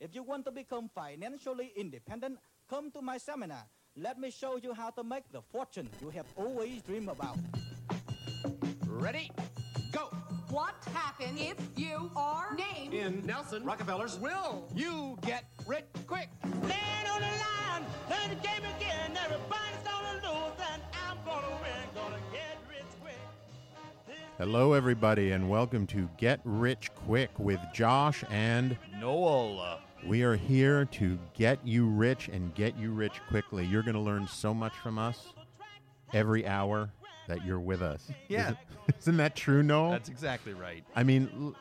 If you want to become financially independent, come to my seminar. Let me show you how to make the fortune you have always dreamed about. Ready? Go! What happens if you are named In Nelson Rockefellers will you get rich quick? Land on the line, play the game again. Everybody's gonna lose, and I'm gonna win. Gonna get rich quick. Hello, everybody, and welcome to Get Rich Quick with Josh. And Noel. uh, we are here to get you rich and get you rich quickly. You're going to learn so much from us every hour that you're with us. Yeah. Isn't, isn't that true, Noel? That's exactly right. I mean, l-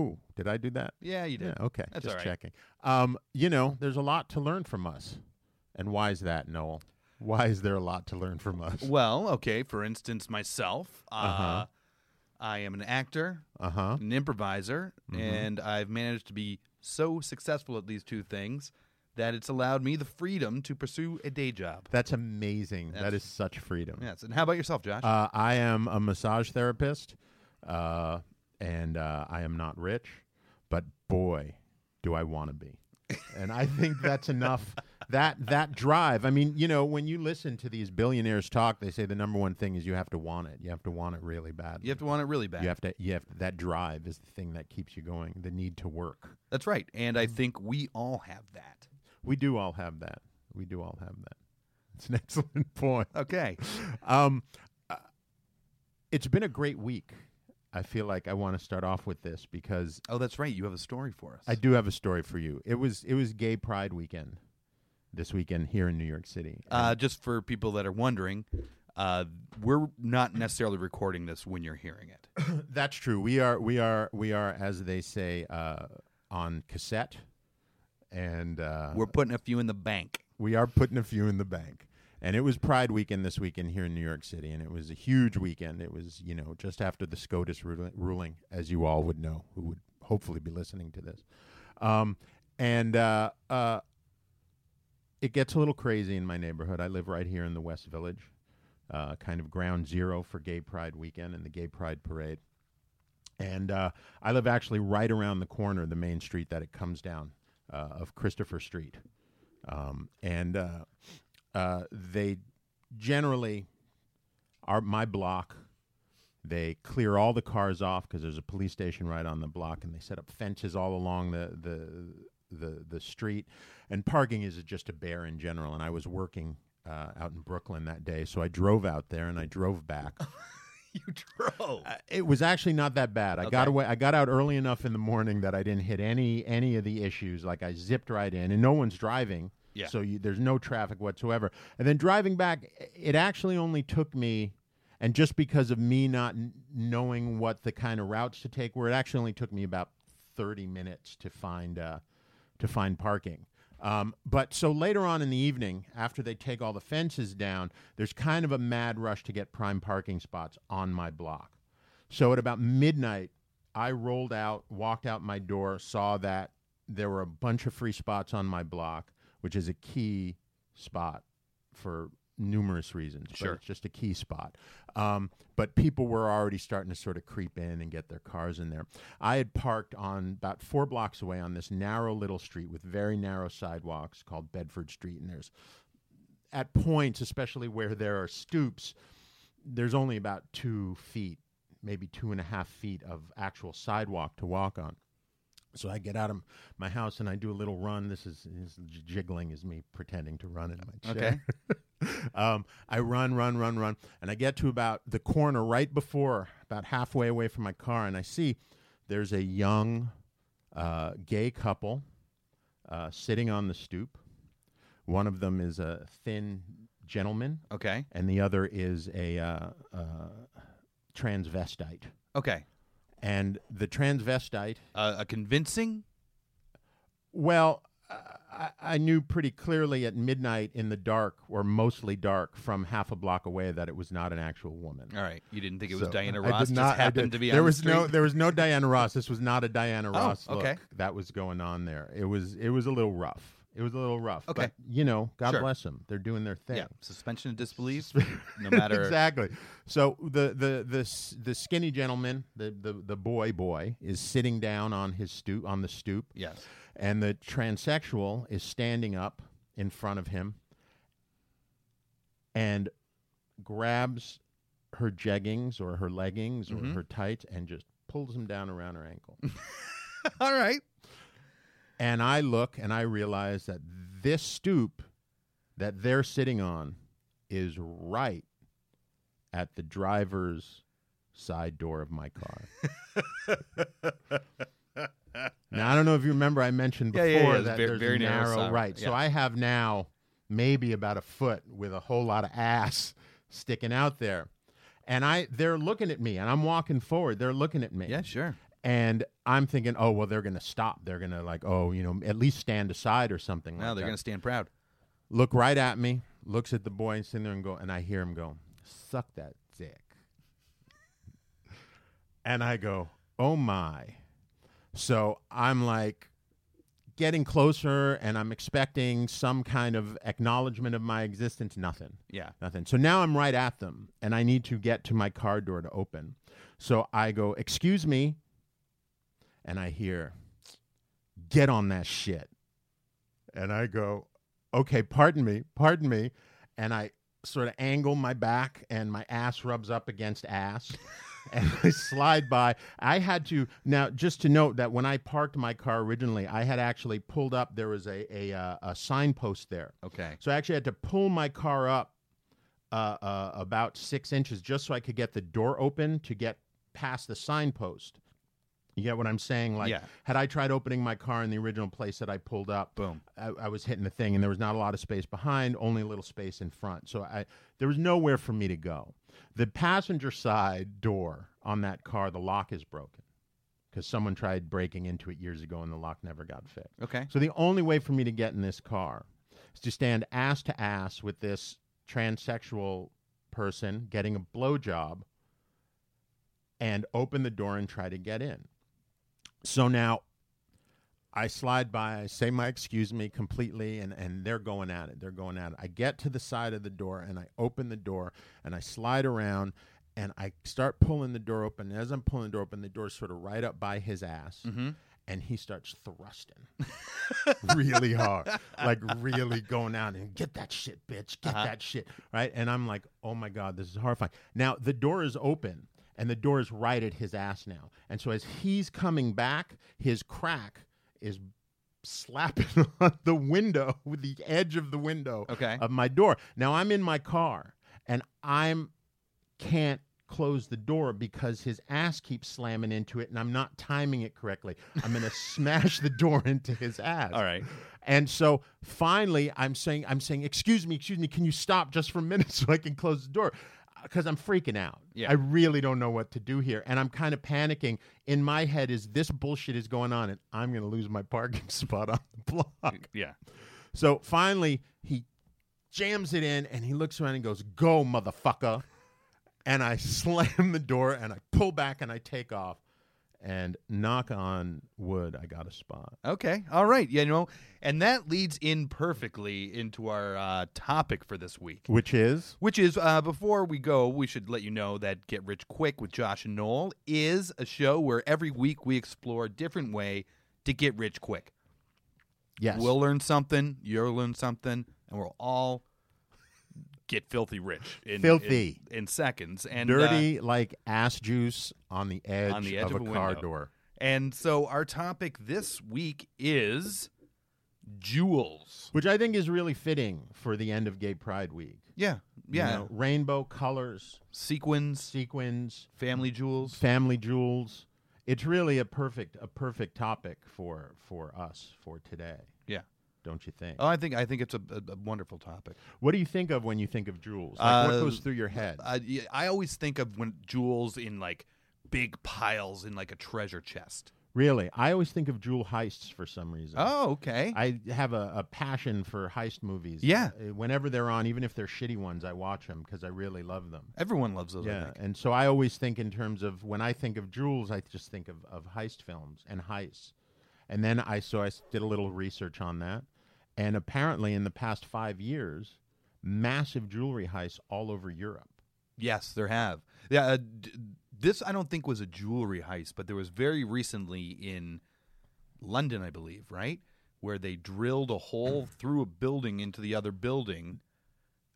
ooh, did I do that? Yeah, you did. Yeah, okay. That's just all right. checking. Um, you know, there's a lot to learn from us. And why is that, Noel? Why is there a lot to learn from us? Well, okay. For instance, myself, uh, Uh-huh. I am an actor, Uh huh. an improviser, Mm-hmm. and I've managed to be so successful at these two things that it's allowed me the freedom to pursue a day job. That's amazing. That That's- is such freedom. Yes. And how about yourself, Josh? Uh, I am a massage therapist, uh, and uh, I am not rich, but boy, do I want to be. And I think that's enough. That that drive. I mean, you know, when you listen to these billionaires talk, they say the number one thing is you have to want it. You have to want it really bad. you have to want it really bad. You have to. You have that drive is the thing that keeps you going. The need to work. That's right. And Mm-hmm. I think we all have that. We do all have that. We do all have that. It's an excellent point. Okay. Um, uh, it's been a great week. I feel like I want to start off with this because Oh, that's right. You have a story for us. I do have a story for you. It was it was Gay Pride weekend this weekend here in New York City. Uh, just for people that are wondering, uh, we're not necessarily recording this when you're hearing it. And that's true. We are we are we are as they say uh, on cassette, and uh, We're putting a few in the bank. we are putting a few in the bank. And it was Pride weekend this weekend here in New York City, and it was a huge weekend. It was, you know, just after the SCOTUS ruli- ruling, as you all would know, who would hopefully be listening to this. Um, and uh, uh, it gets a little crazy in my neighborhood. I live right here in the West Village, uh, kind of ground zero for Gay Pride weekend and the Gay Pride parade. And uh, I live actually right around the corner, the main street that it comes down uh, of Christopher Street. Um, and uh, uh, they generally are my block. They clear all the cars off because there's a police station right on the block, and they set up fences all along the the the the street. And parking is just a bear in general. And I was working uh, out in Brooklyn that day, so I drove out there and I drove back. You drove. Uh, it was actually not that bad. I Okay. got away. I got out early enough in the morning that I didn't hit any any of the issues. Like I zipped right in, and no one's driving. Yeah. So you, there's no traffic whatsoever. And then driving back, i- it actually only took me, and just because of me not n- knowing what the kind of routes to take were, it actually only took me about 30 minutes to find uh, to find parking. Um, but so later on in the evening, after they take all the fences down, there's kind of a mad rush to get prime parking spots on my block. So at about midnight, I rolled out, walked out my door, saw that there were a bunch of free spots on my block, which is a key spot for numerous reasons. Sure. But it's just a key spot. Um, but people were already starting to sort of creep in and get their cars in there. I had parked on about four blocks away on this narrow little street with very narrow sidewalks called Bedford Street. And there's at points, especially where there are stoops, there's only about two feet, maybe two and a half feet of actual sidewalk to walk on. So I get out of my house and I do a little run. This is, is j- jiggling is me pretending to run in my chair. um, I run, run, run, run, and I get to about the corner right before, about halfway away from my car, and I see there's a young uh, gay couple uh, sitting on the stoop. One of them is a thin gentleman, Okay. and the other is a uh, uh, transvestite. Okay. And the transvestite, Uh, a convincing. well, I, I knew pretty clearly at midnight in the dark, or mostly dark, from half a block away, that it was not an actual woman. All right. You didn't think it was So, Diana I did Ross. not- I just happened did- to be there on was the street. Oh, no there was no Diana Ross. This was not a Diana Ross. okay. look that was going on there. It was it was a little rough. It was a little rough. Okay. But, you know, God Sure. bless them. They're doing their thing. Yeah, suspension of disbelief, no matter. exactly. So the the the s- the skinny gentleman, the the the boy boy, is sitting down on his stoop on the stoop. Yes. And the transsexual is standing up in front of him and grabs her jeggings or her leggings Mm-hmm. or her tights and just pulls them down around her ankle. All right. and I look and I realize that this stoop that they're sitting on is right at the driver's side door of my car. now I don't know if you remember I mentioned Yeah, before yeah, yeah, it's that ve- there's very a narrow narrow, side, right. So yeah. I have now maybe about a foot with a whole lot of ass sticking out there. And I they're looking at me and I'm walking forward. They're looking at me Yeah, sure. Oh and I'm thinking, oh well, they're gonna stop. They're gonna like, oh, you know, at least stand aside or something. Now like they're that. going to stand proud. look right at me, looks at the boy and sitting there and go, and I hear him go, suck that dick, and I go, oh my. So I'm like getting closer, and I'm expecting some kind of acknowledgement of my existence. Nothing. Yeah. Nothing. So now I'm right at them and I need to get to my car door to open. So I go, Excuse me. And I hear, Get on that shit. And I go, Okay, pardon me, pardon me. And I sort of angle my back and my ass rubs up against ass. And I slide by. I had to now just to note that when I parked my car originally, I had actually pulled up. There was a a, uh, a signpost there, Okay. so I actually had to pull my car up uh, uh, about six inches just so I could get the door open to get past the signpost. You get what I'm saying? Like, Yeah. had I tried opening my car in the original place that I pulled up, Boom. I, I was hitting the thing, and there was not a lot of space behind, only a little space in front. So I there was nowhere for me to go. The passenger side door on that car, the lock is broken because someone tried breaking into it years ago, and the lock never got fixed. Okay. So the only way for me to get in this car is to stand ass to ass with this transsexual person getting a blowjob and open the door and try to get in. So now I slide by, I say my excuse me completely, and, and they're going at it. They're going at it. I get to the side of the door and I open the door and I slide around and I start pulling the door open. As I'm pulling the door open, the door's sort of right up by his ass. And he starts thrusting really hard, like really going out and get that shit, bitch, get that shit, right? And I'm like, oh my god, this is horrifying. Now the door is open, and the door is right at his ass now, and so as he's coming back, his crack is slapping on the window with the edge of the window Okay. of my door. Now I'm in my car, and I'm can't close the door because his ass keeps slamming into it and I'm not timing it correctly. I'm going to smash the door into his ass. All right. And so finally I'm saying I'm saying excuse me, excuse me, can you stop just for a minute so I can close the door? Cuz I'm freaking out. Yeah. I really don't know what to do here and I'm kind of panicking. In my head is this bullshit is going on and I'm going to lose my parking spot on the block. Yeah. So finally, he jams it in and he looks around and goes, Go, motherfucker. And I slam the door and I pull back and I take off. And knock on wood, I got a spot. Okay. All right. You know, and that leads in perfectly into our uh, topic for this week. Which is? Which is, uh, before we go, we should let you know that Get Rich Quick with Josh and Noel is a show where every week we explore a different way to get rich quick. Yes. We'll learn something, you'll learn something, and we'll all get filthy rich. In, Filthy. In, in seconds. And uh, Dirty like ass juice on the edge, on the edge of, a, car window. door. And so our topic this week is jewels. Which I think is really fitting for the end of Gay Pride Week. Yeah. You Yeah. know, rainbow colors, Sequins, sequins, family jewels. family jewels. It's really a perfect a perfect topic for for us for today. yeah. don't you think? Oh, I think I think it's a, a, a wonderful topic. what do you think of when you think of jewels? Like, what Uh, goes through your head? I, yeah, I always think of when jewels in like big piles in like a treasure chest. really, I always think of jewel heists for some reason. Oh. okay. I have a, a passion for heist movies. Yeah. Uh, Whenever they're on, even if they're shitty ones, I watch them because I really love them. Everyone loves those. I Yeah. think. And so I always think in terms of when I think of jewels, I just think of, of heist films and heists. And then I so I s- did a little research on that. And apparently, in the past five years, massive jewelry heists all over Europe. Yes, there have. Yeah, uh, d- this I don't think was a jewelry heist, but there was very recently in London, I believe, right, where they drilled a hole through a building into the other building.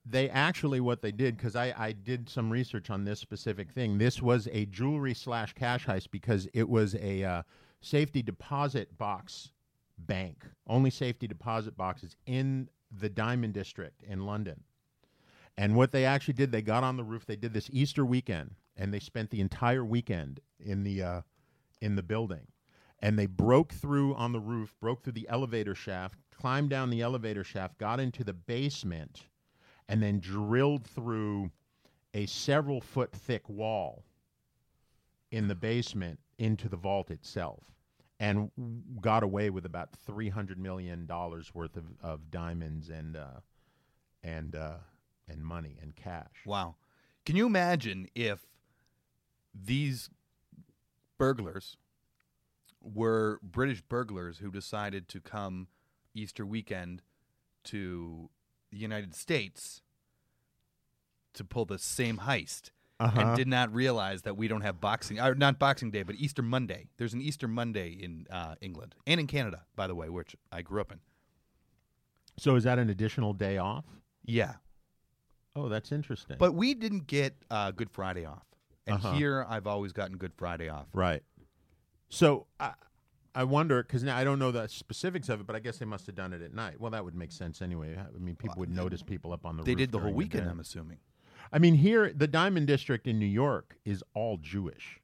They actually, what they did, because I, I did some research on this specific thing, this was a jewelry slash cash heist because it was a uh, safety deposit box bank, only safety deposit boxes in the Diamond District in London. And what they actually did, they got on the roof. They did this Easter weekend, and they spent the entire weekend in the uh, in the building. And they broke through on the roof, broke through the elevator shaft, climbed down the elevator shaft, got into the basement, and then drilled through a several foot thick wall in the basement into the vault itself, and w- got away with about three hundred million dollars worth of, of diamonds and. Uh, and uh, and money and cash. Wow. Can you imagine if these burglars were British burglars who decided to come Easter weekend to the United States to pull the same heist and did not realize that we don't have boxing or not boxing day but Easter Monday. There's an Easter Monday in uh, England and in Canada, by the way, which I grew up in. So is that an additional day off? Yeah. Oh, that's interesting. But we didn't get uh, Good Friday off, and Uh-huh. here I've always gotten Good Friday off. right. So I I wonder because now I don't know the specifics of it, but I guess they must have done it at night. Well, that would make sense anyway. I mean, people would notice people up on the They roof did the whole during weekend. day. I'm assuming. I mean, here the Diamond District in New York is all Jewish.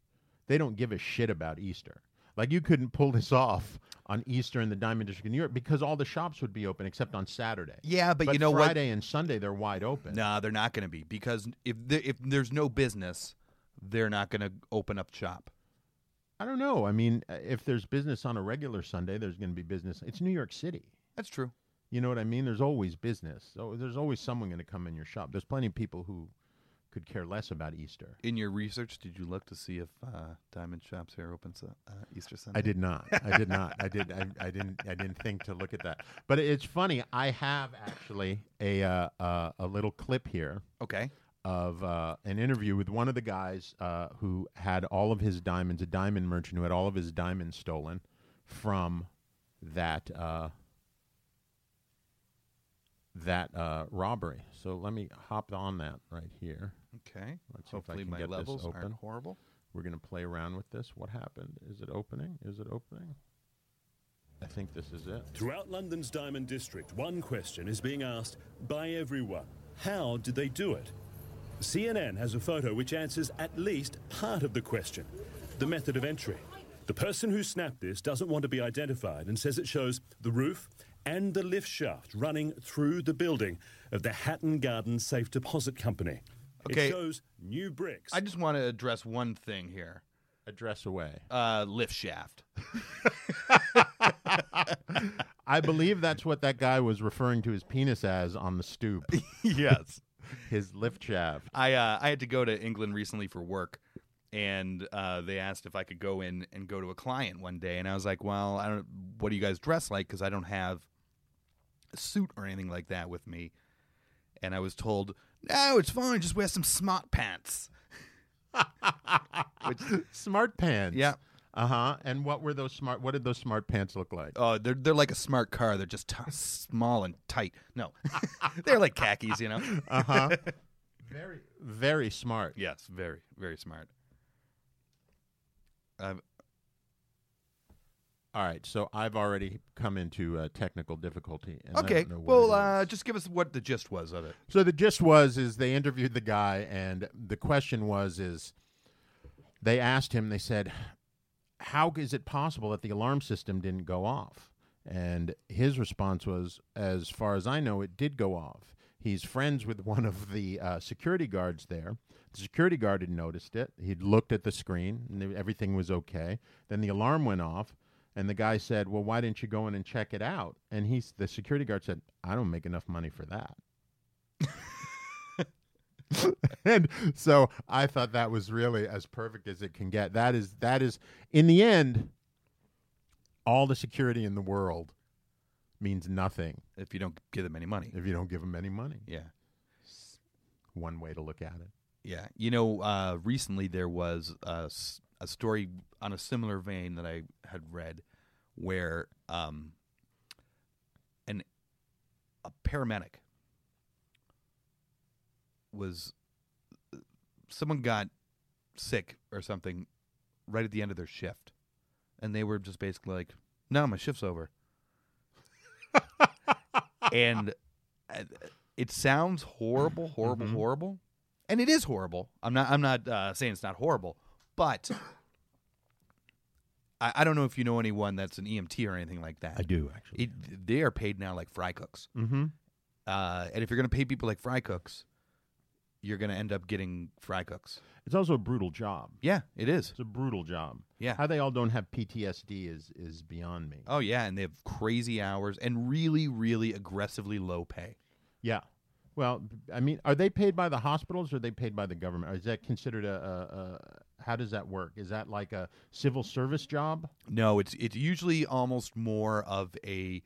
They don't give a shit about Easter. Like you couldn't pull this off on Easter in the Diamond District in New York because all the shops would be open except on Saturday. Yeah, but, you know Friday what? Friday and Sunday they're wide open. Nah, they're not going to be because if the if there's no business, they're not going to open up shop. I don't know. I mean, uh, if there's business on a regular Sunday, there's going to be business. It's New York City. That's true. You know what I mean? There's always business. So there's always someone going to come in your shop. There's plenty of people who could care less about Easter. In your research, did you look to see if uh, Diamond Shops here opens uh, uh, Easter Sunday? I did not. I did not. I did. I, I didn't. I didn't think to look at that. But it's funny. I have actually a uh, uh, a little clip here Okay. of uh, an interview with one of the guys uh, who had all of his diamonds, a diamond merchant who had all of his diamonds stolen from that uh, that uh, robbery. So let me hop on that right here. Okay. Let's see if I Hopefully, can my get this levels open. aren't horrible. We're gonna play around with this. What happened? Is it opening? Is it opening? I think this is it. Throughout London's Diamond District, one question is being asked by everyone How did they do it? CNN has a photo which answers at least part of the question the method of entry. The person who snapped this doesn't want to be identified and says it shows the roof and the lift shaft running through the building of the Hatton Garden Safe Deposit Company. Okay. It shows new bricks. I just want to address one thing here. Address away. Uh, lift shaft. I believe that's what that guy was referring to his penis as on the stoop, yes. his lift shaft. I uh, I had to go to England recently for work, and uh, they asked if I could go in and go to a client one day, and I was like, "Well, I don't. What do you guys dress like? Because I don't have a suit or anything like that with me." And I was told, "No, it's fine. Just wear some smart pants." smart pants. Yeah. Uh huh. And what were those smart? What did those smart pants look like? Oh, they're they're like a smart car. They're just t- small and tight. No, they're like khakis, you know. Uh huh. very, very smart. Yes, very very smart. Um, All right. So I've already come into uh, technical difficulty. And I don't okay, know what well, it uh, is. just give us what the gist was of it. so the gist was is they interviewed the guy, and the question was is they asked him. They said, "How is it possible that the alarm system didn't go off?" And his response was, "As far as I know, it did go off." He's friends with one of the uh, security guards there. The security guard had noticed it. He'd looked at the screen, and th- everything was okay. Then the alarm went off, and the guy said, "Well, why didn't you go in and check it out?" And he's the security guard said, "I don't make enough money for that." and so I thought that was really as perfect as it can get. That is that is in the end all the security in the world means nothing if you don't give them any money. if you don't give them any money. Yeah. One way to look at it. Yeah. You know, uh, recently there was a, s- a story on a similar vein that I had read where um, an a paramedic was someone got sick or something right at the end of their shift and they were just basically like no my shift's over and uh, it sounds horrible horrible horrible and it is horrible. I'm not. I'm not uh, saying it's not horrible, but I, I don't know if you know anyone that's an EMT or anything like that. do actually. It, they are paid now like fry cooks, Mm-hmm. uh, and if you're going to pay people like fry cooks, you're going to end up getting fry cooks. It's also a brutal job. Yeah, it is. It's a brutal job. Yeah. How they all don't have PTSD is is beyond me. Oh yeah, and they have crazy hours and really, really aggressively low pay. Yeah. Well, b- I mean, are they paid by the hospitals or are they paid by the government? Or is that considered a, a, a how does that work? Is that like a civil service job? No, it's it's usually almost more of a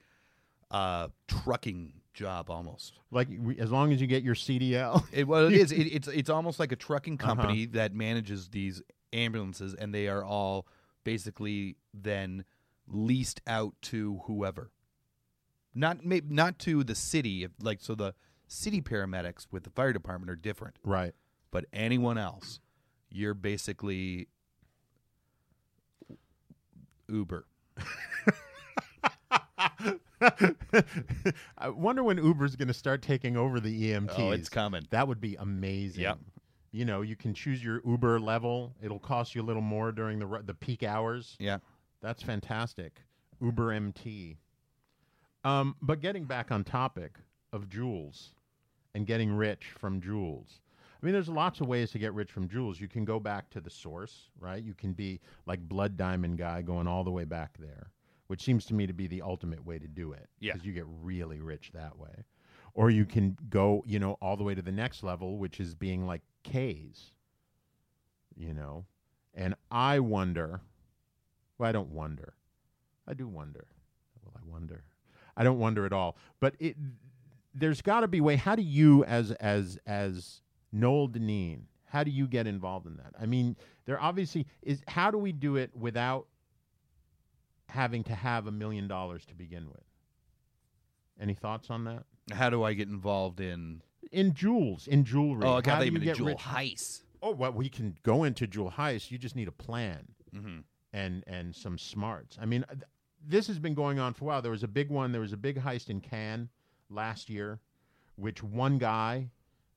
uh, trucking job almost. Like we- as long as you get your CDL? It, well, it is. It, it's it's almost like a trucking Uh-huh. company that manages these ambulances, and they are all basically then leased out to whoever. Not maybe not to the city, if- like so the city paramedics with the fire department are different, right. but anyone else, you're basically Uber. I wonder when Uber's going to start taking over the EMTs. Oh, it's coming. That would be amazing. Yep. You know, you can choose your Uber level. It'll cost you a little more during the ru- the peak hours. Yeah. That's fantastic. Uber MT. Um, but getting back on topic of jewels and getting rich from jewels. I mean, there's lots of ways to get rich from jewels. You can go back to the source, right? You can be like Blood Diamond guy going all the way back there, which seems to me to be the ultimate way to do it. Yeah. Because you get really rich that way. Or you can go, you know, all the way to the next level, which is being like K's, you know? And I wonder, well, I don't wonder. I do wonder. Well, I wonder. I don't wonder at all. But it there's got to be way. How do you, as as as Noel Deneen, how do you get involved in that? I mean, there obviously is. How do we do it without having to have a million dollars to begin with? Any thoughts on that? How do I get involved in? In jewels, in jewelry. Oh, I how got do you even a get jewel rich- heist. Oh, well, we can go into jewel heist. You just need a plan Mhm. and and some smarts. I mean, th- this has been going on for a while. There was a big one. There was a big heist in Cannes last year, which one guy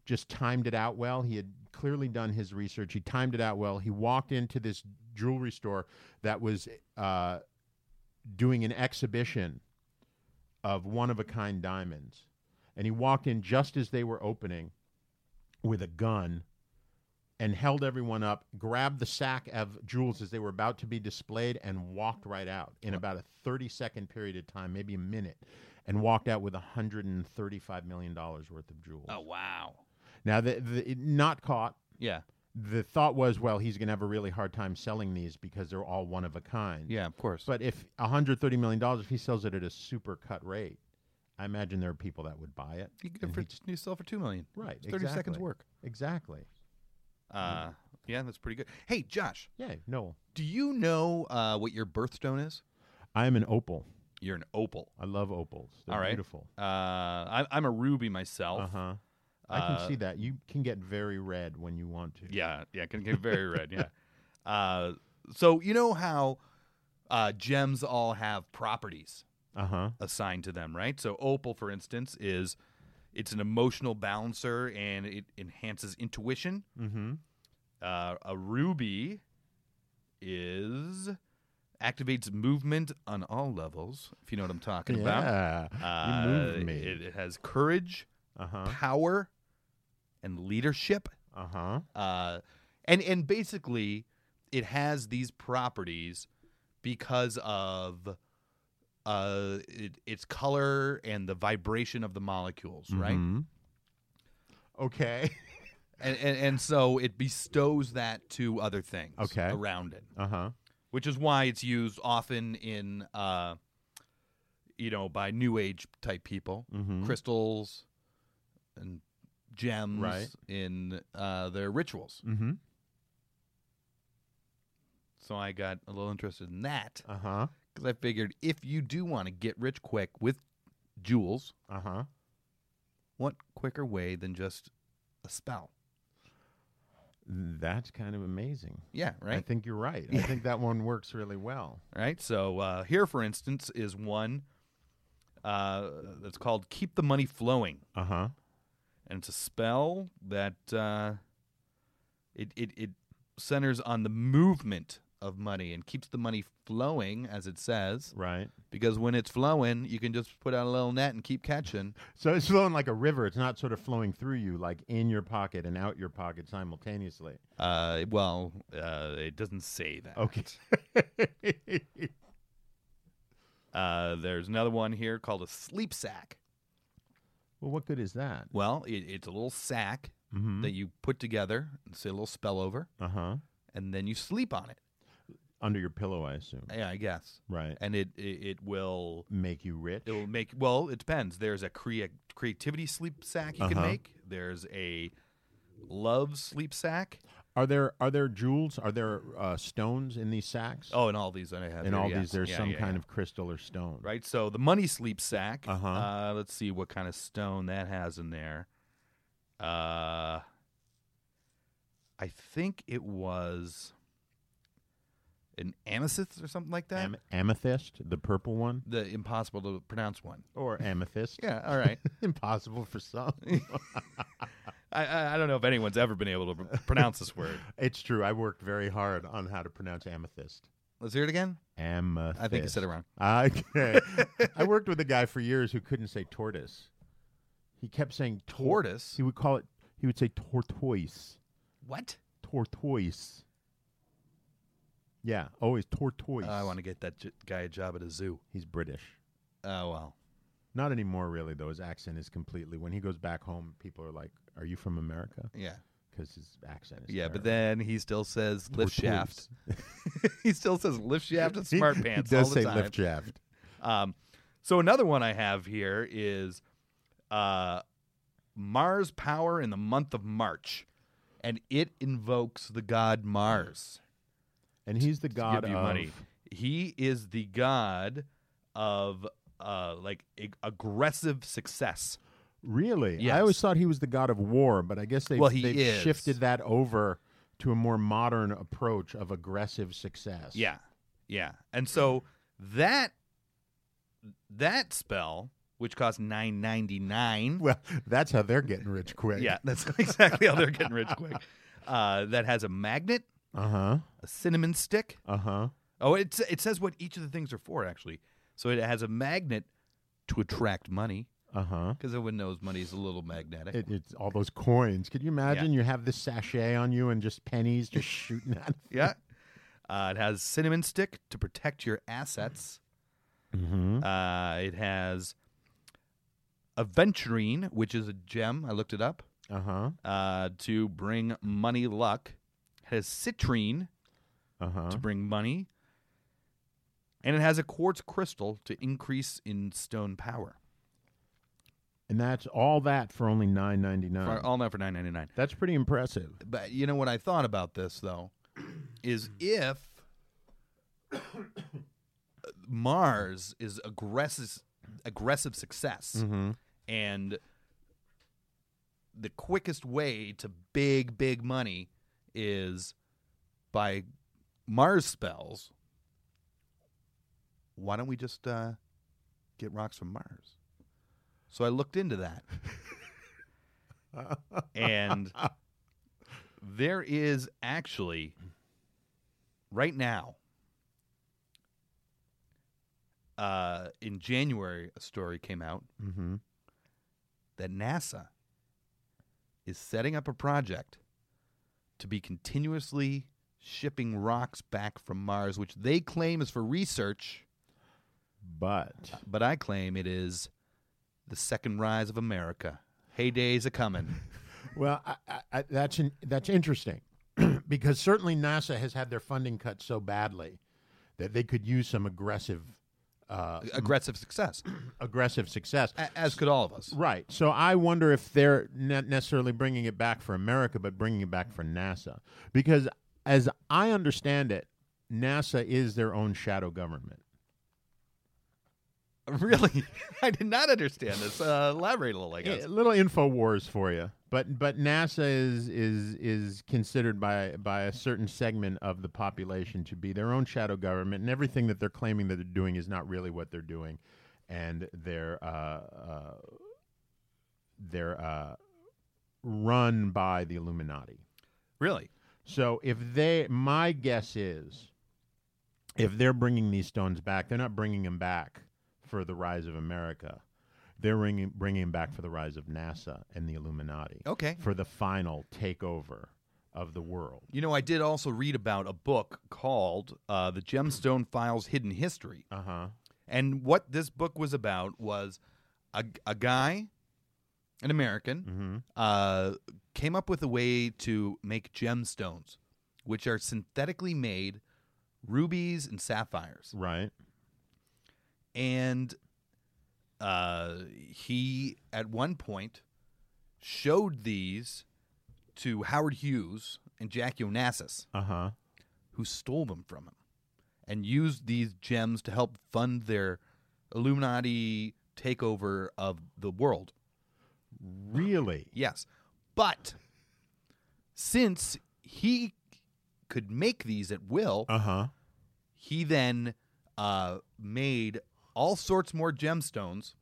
just timed it out well. He had clearly done his research. He timed it out well. He walked into this jewelry store that was uh, doing an exhibition of one of a kind diamonds, and he walked in just as they were opening with a gun and held everyone up, grabbed the sack of jewels as they were about to be displayed, and walked right out in about a 30 second period of time, maybe a minute, and walked out with $135 million worth of jewels. Oh wow. Now, the, the, it- not caught. Yeah. The thought was, well, he's going to have a really hard time selling these because they're all one of a kind. Yeah. Of course. But if $130 million, if he sells it at a super cut rate, I imagine there are people that would buy it. You, can And for, he- you sell for two million. right. It's thirty seconds exactly. work. Exactly. Uh, yeah, that's pretty good. Hey, Josh, Yeah, no. do you know uh, what your birthstone is? I am an opal. You're an opal. I love opals. They're All right. beautiful. Uh, I, I'm a ruby myself. Uh huh. I can Uh, see that. You can get very red when you want to. Yeah, yeah, can get very red. Yeah. Uh, so you know how uh, gems all have properties Uh huh. assigned to them, right? So opal, for instance, is it's an emotional balancer and it enhances intuition. Mm hmm. Uh, a ruby is activates movement on all levels. If you know what I'm talking about. Yeah. Uh, you moved me. It, it has courage, uh huh. power, and leadership. Uh huh. Uh, and and basically, it has these properties because of uh, it, its color and the vibration of the molecules, right? Mm-hmm. Okay. And, and and so it bestows that to other things Okay. around it. Uh huh. which is why it's used often in uh, you know, by new age type people, Mm-hmm. crystals and gems Right. in uh, their rituals. Mm-hmm. So I got a little interested in that Uh huh. because I figured if you do want to get rich quick with jewels, Uh huh. what quicker way than just a spell? That's kind of amazing. Yeah, I right. think you're right. I think that one works really well. right? So uh, here, for instance, is one uh, that's called "Keep the Money Flowing," Uh huh. and it's a spell that uh, it, it it centers on the movement of money and keeps the money flowing, as it says, Right. because when it's flowing, you can just put out a little net and keep catching. So it's flowing like a river. It's not sort of flowing through you, like in your pocket and out your pocket simultaneously. Uh, well, uh, it doesn't say that. Okay. Uh, there's another one here called a sleep sack. well, what good is that? Well, it, it's a little sack that you put together and say a little spell over. Uh huh. and then you sleep on it. Under your pillow, I assume. Yeah, I guess. Right. And it it, it will Make you rich. it will make well. It depends. There's a crea- creativity sleep sack you can Uh-huh. make. There's a love sleep sack. Are there are there jewels? Are there uh, stones in these sacks? Oh, and all these that I have. in here, all yes. these, there's Yeah, some yeah, kind yeah. of crystal or stone. right. So the money sleep sack. Uh-huh. Uh, let's see what kind of stone that has in there. Uh, I think it was an amethyst or something like that. Am- amethyst, the purple one, the impossible to pronounce one. or amethyst? Yeah. All right. Impossible for some. I- I, I don't know if anyone's ever been able to pr- pronounce this word. it's true. I worked very hard on how to pronounce amethyst. Let's hear it again. Amethyst. I think you said it wrong. Okay. I worked with a guy for years who couldn't say tortoise. He kept saying tor- Tortoise? He would call it. He would say tortoise. What? Tortoise. Yeah, always tortoise. Oh, I want to get that j- guy a job at a zoo. He's British. Oh well. Not anymore, really. Though his accent is completely. When he goes back home, people are like, "Are you from America?" Yeah. Because his accent is. Yeah, but terrible. then he still says lift Tortoise. shaft. he still says lift shaft and He- smart he, pants. does all the say time. lift shaft. Um, so another one I have here is uh, Mars power in the month of March, and it invokes the god Mars. And he's the to god give you of money. He is the god of uh like ag- aggressive success. Really? I Yes. always thought he was the god of war, but I guess they've, Well, he they've is. shifted that over to a more modern approach of aggressive success. Yeah. Yeah. And so that that spell which costs 9.99 Well, that's how they're getting rich quick. Yeah, that's exactly how they're getting rich quick. Uh, that has a magnet, Uh huh. a cinnamon stick. Uh huh. Oh, it's it says what each of the things are for actually. So it has a magnet to attract money Uh huh. because everyone knows money is a little magnetic. It, it's all those coins. Could you imagine you have this sachet on you and just pennies just shooting at? Yeah. Uh, it has cinnamon stick to protect your assets. Mm-hmm. Uh, it has aventurine, which is a gem. I looked it up Uh huh. uh, to bring money luck. It has citrine Uh huh. to bring money, and it has a quartz crystal to increase in stone power. And that's all that for only nine ninety For- nine. all now for nine ninety nine. That's pretty impressive. But you know what I thought about this though is if Mars is aggressive aggressive success and the quickest way to big big money is by Mars spells. Why don't we just uh, get rocks from Mars? So I looked into that. and there is actually right now uh in January a story came out Mm-hmm. that NASA is setting up a project to be continuously shipping rocks back from Mars which they claim is for research But but I claim it is the second rise of America heydays a coming Well, I, I, I, that's in, that's interesting because certainly NASA has had their funding cut so badly that they could use some aggressive uh, aggressive success, aggressive success. a- as could all of us. Right. So I wonder if they're not necessarily bringing it back for America, but bringing it back for NASA. Because as I understand it, NASA is their own shadow government. Really, I did not understand this. Uh, elaborate a little, I guess. A little info wars for you. But but NASA is is is considered by by a certain segment of the population to be their own shadow government, and everything that they're claiming that they're doing is not really what they're doing, and they're uh, uh, they're uh, run by the Illuminati. Really, So if they, my guess is, if they're bringing these stones back, they're not bringing them back for the rise of America. They're bringing bringing 'em back for the rise of NASA and the Illuminati. Okay. For the final takeover of the world. you know, I did also read about a book called uh, "The Gemstone Files: Hidden History," Uh huh. and what this book was about was a, a guy, an American, uh, came up with a way to make gemstones, which are synthetically made rubies and sapphires. Right. and uh, he at one point showed these to Howard Hughes and Jackie Onassis, Uh huh. who stole them from him, and used these gems to help fund their Illuminati takeover of the world. Really. Yes, but since he could make these at will, Uh huh. he then uh, made all sorts more gemstones,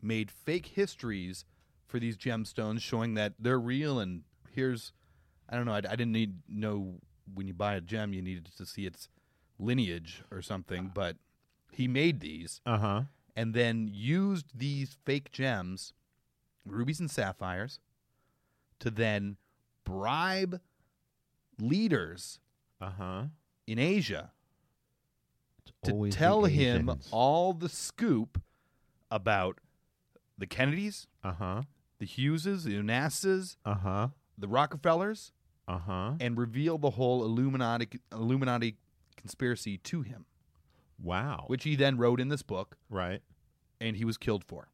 made fake histories for these gemstones showing that they're real. And here's, I don't know, I, I didn't need know when you buy a gem, you needed to see its lineage or something, but he made these Uh huh. and then used these fake gems, rubies and sapphires, to then bribe leaders Uh huh. in Asia to tell him all the scoop about the Kennedys, Uh huh. the Hugheses, the Onassis, Uh huh. the Rockefellers, Uh huh. and reveal the whole Illuminati Illuminati conspiracy to him, Wow. which he then wrote in this book, right. and he was killed for.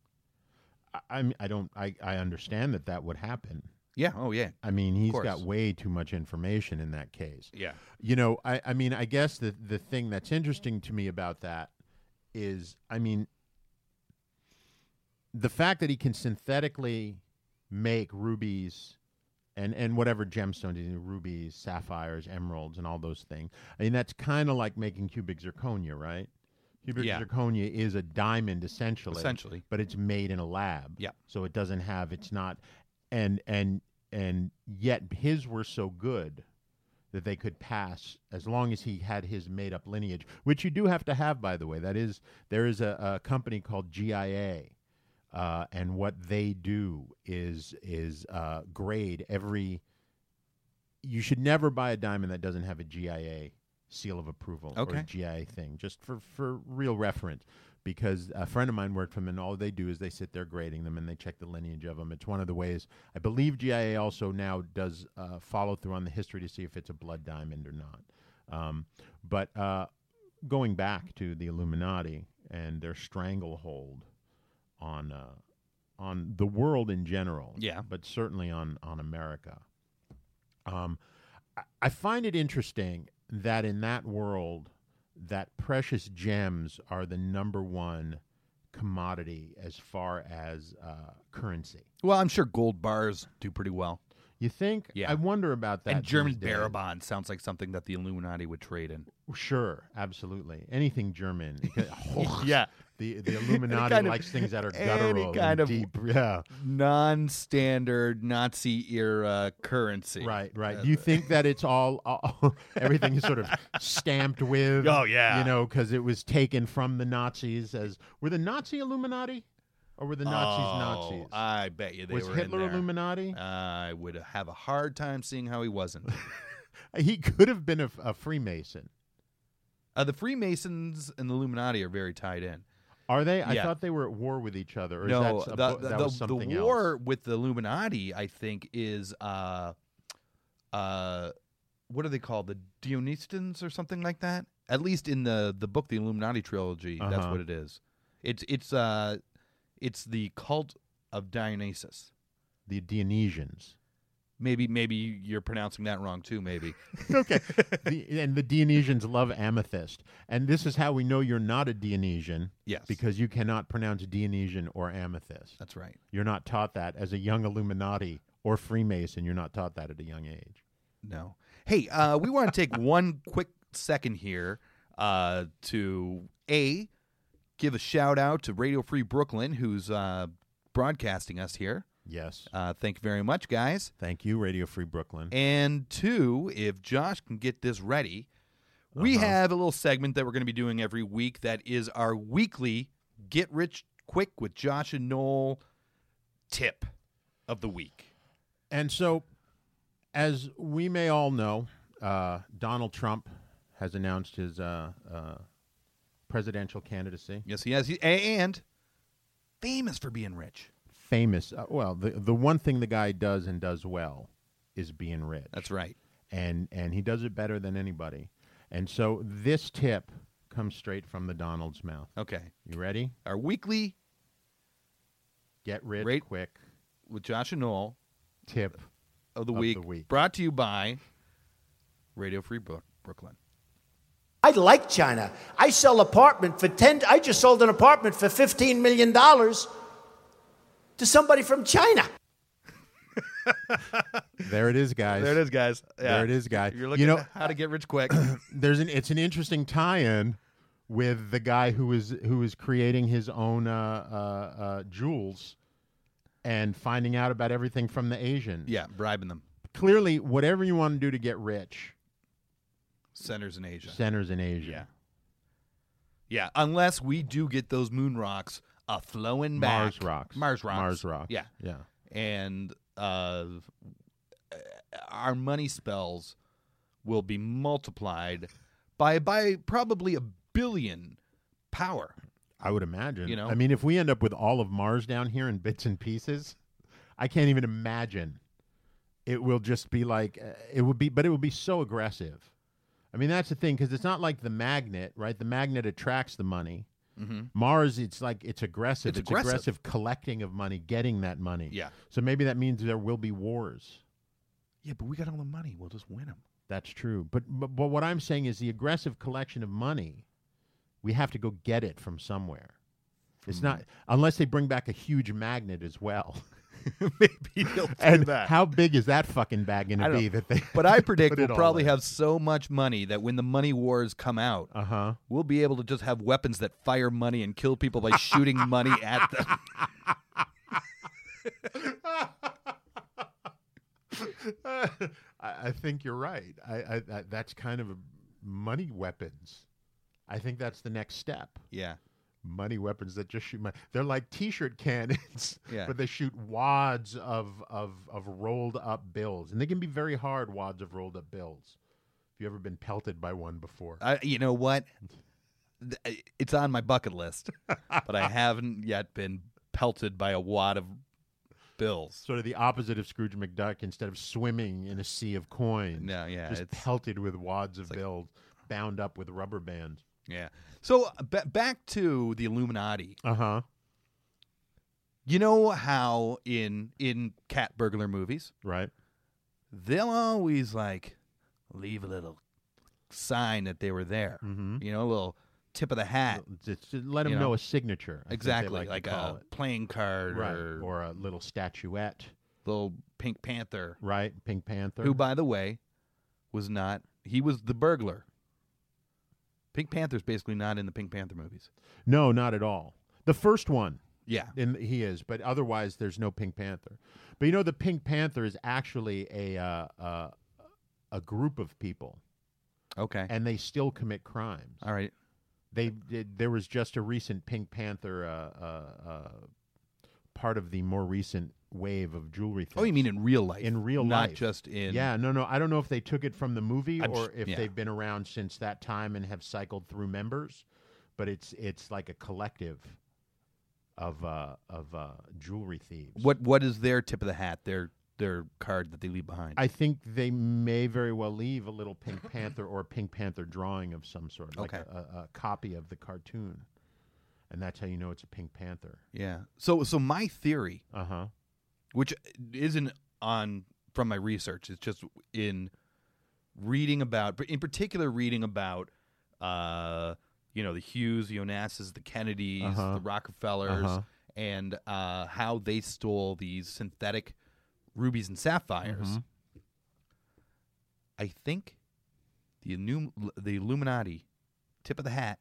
I, I'm- I don't. I, I understand that that would happen. Yeah. Oh yeah. I mean, he's course. got way too much information in that case. Yeah. You know, I, I mean, I guess the the thing that's interesting to me about that is, I mean, the fact that he can synthetically make rubies and and whatever gemstones, you know, rubies, sapphires, emeralds, and all those things. I mean, that's kind of like making cubic zirconia, right? Cubic Yeah. zirconia is a diamond essentially, Essentially. but it's made in a lab. Yeah. so it doesn't have. It's not, and and and yet his were so good that they could pass as long as he had his made up lineage, which you do have to have, by the way. That is, there is a, a company called GIA, uh, and what they do is is uh, grade every. You should never buy a diamond that doesn't have a GIA seal of approval or Okay. a GIA thing, just for for real reference. Because a friend of mine worked for them, and all they do is they sit there grading them and they check the lineage of them. It's one of the ways I believe GIA also now does uh, follow through on the history to see if it's a blood diamond or not. Um, but uh, going back to the Illuminati and their stranglehold on uh, on the world in general, Yeah. but certainly on on America. Um, I, I find it interesting that in that world, that precious gems are the number one commodity as far as uh, currency. Well, I'm sure gold bars do pretty well, You think? Yeah. I wonder about that. and German these days. barabond sounds like something that the Illuminati would trade in. Sure, absolutely. Anything German. Yeah. The the Illuminati kind of- likes things that are any guttural and kind of- deep. Yeah. Non-standard Nazi era currency. Right, Uh, right. Do you think that it's all, all everything is sort of stamped with? Oh, yeah. you know, because it was taken from the Nazis as were the Nazi Illuminati, or were the Nazis Oh, Nazis? I bet you they was were Hitler in there. Uh, Illuminati? I would have a hard time seeing how he wasn't. he could have been a, a Freemason. uh, the Freemasons and the Illuminati are very tied in. Are they? I Yeah. thought they were at war with each other. Or is no, that's a the, bo- the, that the- was the something war else. with the Illuminati, I think, is uh, uh, what are they called? The Dionysitans or something like that? At least in the the book, the Illuminati trilogy, that's Uh-huh. what it is. It's it's uh, it's the cult of Dionysus. The Dionysians. Maybe maybe you're pronouncing that wrong too. Maybe okay. The, and the Dionysians love amethyst. And this is how we know you're not a Dionysian. Yes. Because you cannot pronounce Dionysian or amethyst. that's right. You're not taught that as a young Illuminati or Freemason. You're not taught that at a young age. No. Hey, uh, we want to take one quick second here uh, to a give a shout out to Radio Free Brooklyn, who's uh, broadcasting us here. Yes. Uh, thank you very much, guys. Thank you, Radio Free Brooklyn. And two, if Josh can get this ready, we have a little segment that we're going to be doing every week that is our weekly Get Rich Quick with Josh and Noel tip of the week. And so, as we may all know, uh, Donald Trump has announced his uh, uh, presidential candidacy. Yes, he has. He, and famous for being rich. Famous. Uh, well, the, the one thing the guy does and does well is being rich. That's right. and and he does it better than anybody. And so this tip comes straight from the Donald's mouth. Okay. You ready? Our weekly Get rich Rate- quick with Josh and Noel tip. of the, Of week, the week. brought to you by Radio Free Brook, Brooklyn. I like China. I sell apartment for 10 I just sold an apartment for 15 million dollars to somebody from China. There it is, guys. There it is, guys. There it is, guy. You're looking You know- at how to get rich quick. There's an it's an interesting tie-in with the guy who is who is creating his own uh, uh, uh, jewels and finding out about everything from the Asian. yeah, bribing them. Clearly, whatever you want to do to get rich Centers in Asia. centers in Asia. Yeah. Yeah, unless we do get those moon rocks a flowing back. Mars rocks. Mars rocks. Mars rocks. Yeah. Yeah. And uh, our money spells will be multiplied by by probably a billion power. I would imagine. You know? I mean, if we end up with all of Mars down here in bits and pieces, I can't even imagine. It will just be like uh, it would be, but it would be so aggressive. I mean, that's the thing because it's not like the magnet, right? The magnet attracts the money. Mars, it's like it's aggressive. Mm-hmm. It's It's, aggressive. aggressive collecting of money, getting that money. Yeah. So maybe that means there will be wars. Yeah, but we got all the money. We'll just win them. That's true. But, but but what I'm saying is the aggressive collection of money, we have to go get it from somewhere. It's not unless they bring back a huge magnet as well. Maybe they'll do and that. how big is that fucking bag going I to don't be know. that they? but I predict we'll probably have so much money that when the money wars come out, Uh huh. we'll be able to just have weapons that fire money and kill people by shooting money at them. I, I think you're right. I, I, I that's kind of a money weapons. I think that's the next step. Yeah. money weapons that just shoot money. They're like t-shirt cannons, Yeah. but they shoot wads of of of rolled up bills, and they can be very hard wads of rolled up bills. Have you ever been pelted by one before? I, you know what? Th- uh, It's on my bucket list, but I haven't yet been pelted by a wad of bills. sort of the opposite of Scrooge McDuck. Instead of swimming in a sea of coins, No, yeah, just it's- pelted with wads of bills, bound up with rubber bands. Yeah. So uh, ba back to the Illuminati. Uh huh. You know how in in cat burglar movies Right. they'll always like leave a little sign that they were there. Mm-hmm. You know, a little tip of the hat. Just, just let them Uh, You know, know? a signature. I think they Exactly, like, like, to call a playing it. card right, or, or a little statuette. little Pink Panther, Right, Pink Panther. who, by the way, was not. He was the burglar. Pink Panther's basically not in the Pink Panther movies. No, not at all. The first one, Yeah, in, he is, but otherwise there's no Pink Panther. But you know, the Pink Panther is actually a uh, uh, a group of people, okay, and they still commit crimes. all right. They did, there was just a recent Pink Panther uh, uh, uh, part of the more recent wave of jewelry. Oh, you thefts. mean in real life? in real not life, just in. Yeah, no, no. I don't know if they took it from the movie I'm or sh- if yeah. they've been around since that time and have cycled through members, but it's it's like a collective of uh, of uh, jewelry thieves. What What is their tip of the hat? Their their card that they leave behind. I think they may very well leave a little Pink Panther or Pink Panther drawing of some sort, like Okay. a, a, a copy of the cartoon, and that's how you know it's a Pink Panther. yeah. So so my theory, Uh huh. which isn't on from my research, it's just in reading about, but in particular reading about, uh, you know, the Hughes, the Onassis, the Kennedys, Uh-huh. the Rockefellers, Uh-huh. and uh, how they stole these synthetic rubies and sapphires. Mm-hmm. I think the Illum- the Illuminati, tip of the hat,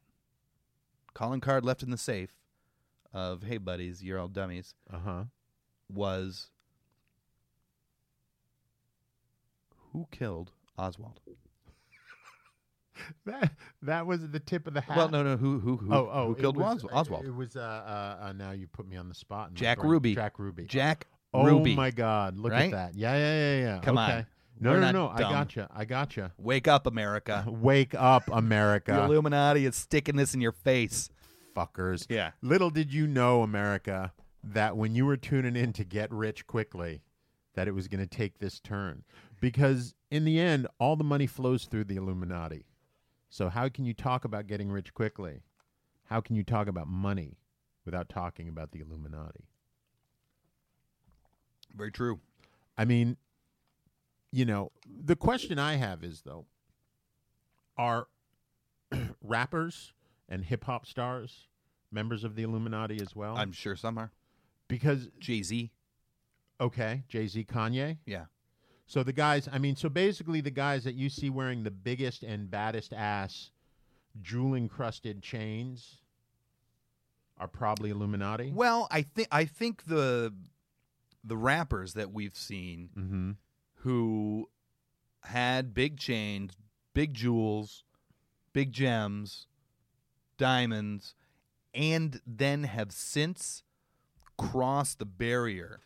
calling card left in the safe of hey buddies, you're all dummies, Uh huh. was who killed Oswald? That that was the tip of the hat. Well, no, no, who who who, Oh, oh, who it killed was- Os- it- Oswald? It was uh, uh, uh now you put me on the spot. in my Jack brain. Ruby. Jack Ruby. Jack Oh Ruby. my God! Look Right? at that. Yeah, yeah, yeah, yeah. Come okay. on. No, We're no, not no. I dumb. gotcha. I gotcha. Wake up, America! Wake up, The America, Illuminati is sticking this in your face. fuckers. Yeah. Little did you know, America, that when you were tuning in to get rich quickly, that it was going to take this turn, because in the end, all the money flows through the Illuminati. So how can you talk about getting rich quickly? How can you talk about money without talking about the Illuminati? Very true. I mean, you know, the question I have is though, are rappers and hip hop stars members of the Illuminati as well? I'm sure some are. because Jay Z. okay, Jay Z, Kanye. Yeah. So the guys, I mean, so basically the guys that you see wearing the biggest and baddest ass jewel encrusted chains are probably Illuminati. Well, I think I think the the rappers that we've seen Mm-hmm. who had big chains, big jewels, big gems, diamonds, and then have since crossed the barrier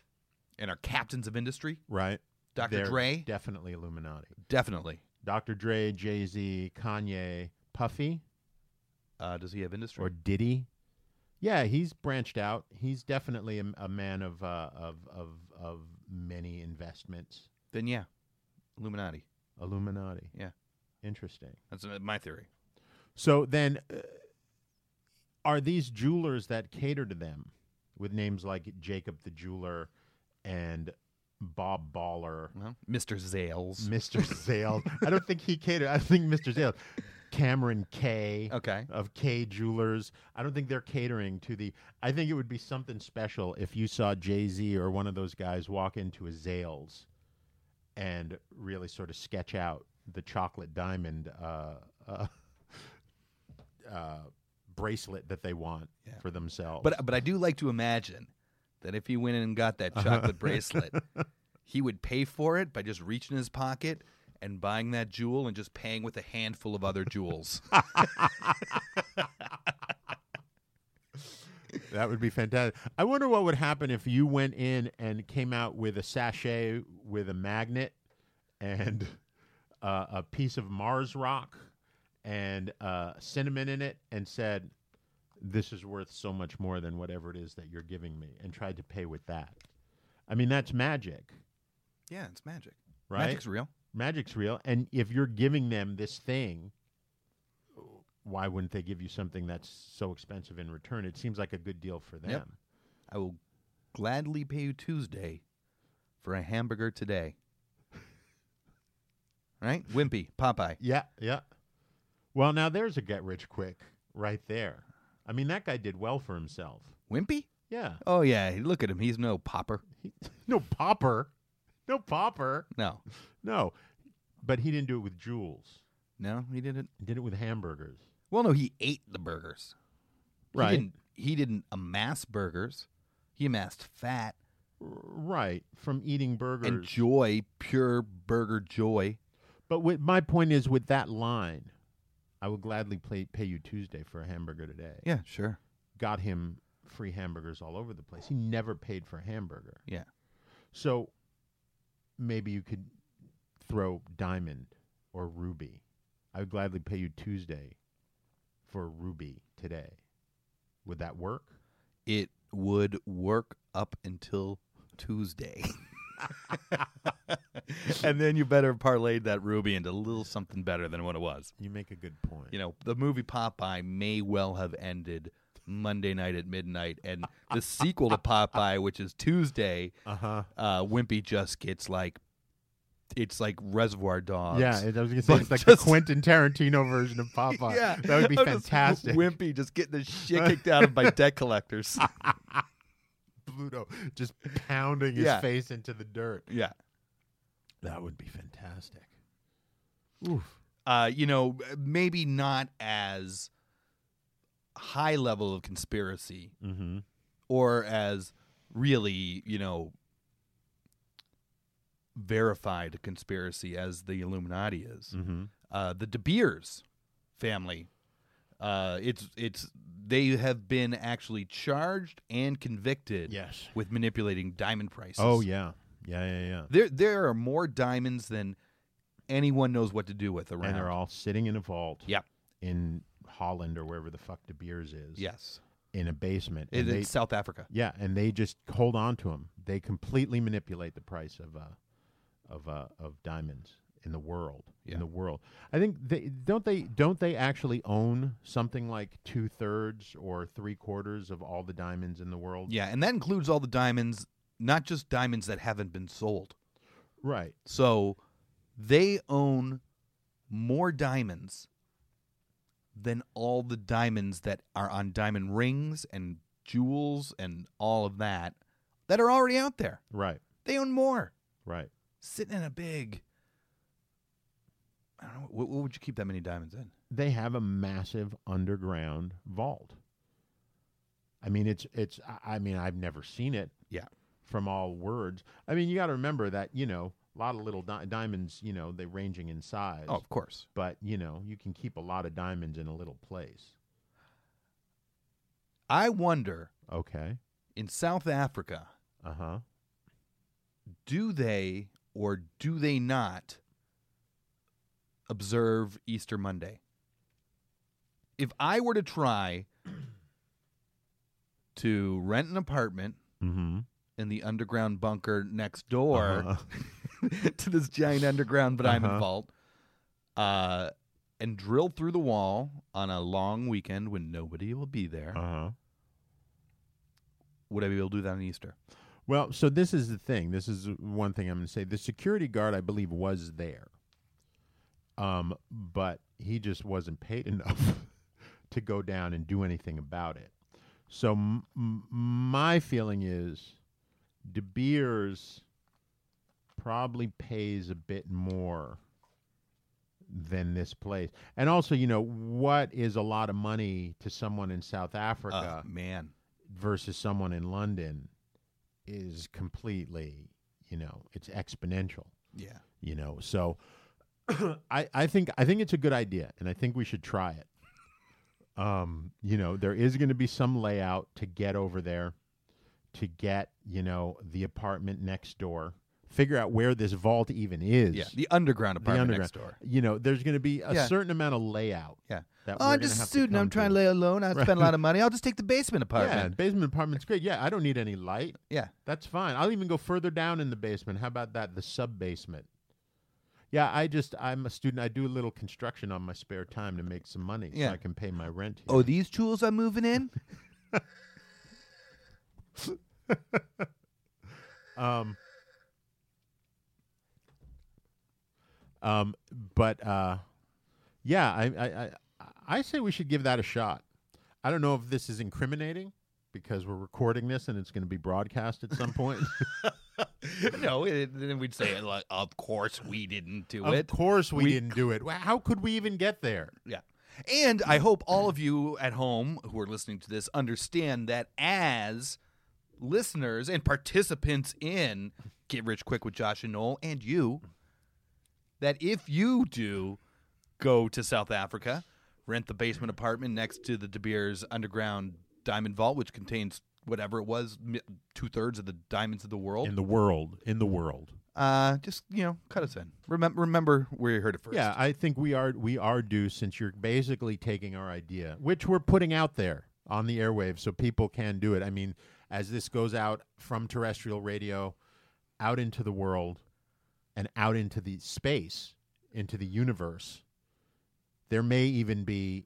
and are captains of industry. Right. Dr. They're Dre? Definitely Illuminati. Definitely. Dr. Dre, Jay Z, Kanye, Puffy, Uh, does he have industry? or Diddy. Yeah, he's branched out. He's definitely a, a man of, uh, of of of many investments. then yeah, Illuminati. Illuminati. Yeah, Interesting. that's uh, my theory. So then, uh, are these jewelers that cater to them with names like Jacob the Jeweler and Bob Baller, Well, Mr. Zales. Mr. Zales? I don't think he catered. I think Mr. Zales, Cameron K. Okay. of K Jewelers. I don't think they're catering to the. I think it would be something special if you saw Jay Z or one of those guys walk into a Zales and really sort of sketch out the chocolate diamond uh, uh, uh, bracelet that they want for themselves. But but I do like to imagine that if he went in and got that chocolate bracelet, he would pay for it by just reaching in his pocket and buying that jewel and just paying with a handful of other jewels. that would be fantastic. I wonder what would happen if you went in and came out with a sachet with a magnet and uh, a piece of Mars rock and uh, cinnamon in it and said, This is worth so much more than whatever it is that you're giving me, and tried to pay with that. I mean, that's magic, yeah, it's magic. right? Magic's real. Magic's real. And if you're giving them this thing, why wouldn't they give you something that's so expensive in return? It seems like a good deal for them. I will gladly pay you Tuesday for a hamburger today. Right? Wimpy, Popeye. Yeah, yeah. Well, now there's a get rich quick right there. I mean, that guy did well for himself. Wimpy? Yeah. Oh yeah, look at him. He's no popper. He, no popper. No popper. No. No. But he didn't do it with jewels. No, he didn't. He did it with hamburgers. Well, no, he ate the burgers. Right. He didn't, he didn't amass burgers. He amassed fat R- Right. From eating burgers. and joy, pure burger joy. but with, my point is with that line, I will gladly play, pay you Tuesday for a hamburger today. Yeah, sure. Got him free hamburgers all over the place. He never paid for a hamburger. Yeah. So maybe you could throw diamond or ruby. I would gladly pay you Tuesday for ruby today. Would that work? It would work up until Tuesday. and then you better parlay that ruby into a little something better than what it was. You make a good point. You know, the movie Popeye may well have ended Monday night at midnight, and the sequel to Popeye, which is Tuesday, uh-huh. Wimpy just gets like it's like Reservoir Dogs. yeah, it- I was gonna say but it's like just- the Quentin Tarantino version of Popeye. Yeah, that would be I'm just fantastic. Ah. Wimpy just getting the shit kicked out of by debt collectors. Pluto just pounding his Yeah. face into the dirt. yeah. That would be fantastic. uh, you know, maybe not as high level of conspiracy Mm-hmm. or as really, you know, verified conspiracy as the Illuminati is. Mm-hmm. Uh, the De Beers family, uh, it's it's they have been actually charged and convicted Yes. with manipulating diamond prices. Oh yeah, yeah, yeah, yeah. There there are more diamonds than anyone knows what to do with around. And they're all sitting in a vault. Yep. In Holland or wherever the fuck De Beers is. Yes. In a basement. It, and they- it's South Africa. yeah, and they just hold on to them. They completely manipulate the price of uh, of uh, of diamonds in the world. Yeah. In the world, I think they don't they don't they actually own something like two thirds or three quarters of all the diamonds in the world. Yeah, and that includes all the diamonds, not just diamonds that haven't been sold. Right. So they own more diamonds than all the diamonds that are on diamond rings and jewels and all of that that are already out there. Right. They own more. Right. Sitting in a big I don't know what, what would you keep that many diamonds in? they have a massive underground vault. I mean, it's it's. I- I mean, I've never seen it Yeah. from all words. I mean, you got to remember that you know a lot of little di- diamonds. You know, they ranging in size. Oh, of course. but you know, you can keep a lot of diamonds in a little place. I wonder Okay. in South Africa Uh huh. do they or do they not observe Easter Monday? If I were to try to rent an apartment Mm-hmm. in the underground bunker next door to this giant underground diamond Uh-huh. vault, uh, and drill through the wall on a long weekend when nobody will be there, Uh huh. would I be able to do that on Easter? Well, so this is the thing. This is one thing I'm going to say. The security guard, I believe, was there, um, but he just wasn't paid enough to go down and do anything about it. So m- m- my feeling is, De Beers probably pays a bit more than this place. And also, you know, what is a lot of money to someone in South Uh, Africa? man, versus someone in London is completely, you know, it's exponential, yeah. you know. So I, I think I think it's a good idea and I think we should try it. Um, you know, there is gonna be some layout to get over there, to get, you know, the apartment next door, figure out where this vault even is. Yeah, the underground the apartment underground. next door. You know, there's going to be a Yeah. certain amount of layout. Yeah. that oh, I'm we're gonna just a have to student. I'm come trying to to. lay low and I spend a lot of money. I'll just take the basement Yeah, apartment. basement apartment's great. Yeah, I don't need any light. Yeah. That's fine. I'll even go further down in the basement. How about that? The sub basement. Yeah, I just I'm a student. I do a little construction on my spare time to make some money Yeah. so I can pay my rent. Here. Oh, these tools I'm moving in? Um, um, but uh, yeah, I, I I I say we should give that a shot. I don't know if this is incriminating because we're recording this and it's going to be broadcast at some point. no, it, then we'd say, like, of course we didn't do of it. course, we, We didn't do it. Wh- How could we even get there? Yeah. And I hope all of you at home who are listening to this understand that as listeners and participants in Get Rich Quick with Josh and Noel and you, that if you do go to South Africa, rent the basement apartment next to the De Beers underground diamond vault, which contains whatever it was, two thirds of the diamonds of the world, the world, in the world. uh, just, you know, cut us in. Remember, remember where you heard it first. Yeah, I think we are we are due since you're basically taking our idea, which we're putting out there on the airwaves so people can do it. I mean, as this goes out from terrestrial radio out into the world and out into the space, into the universe, there may even be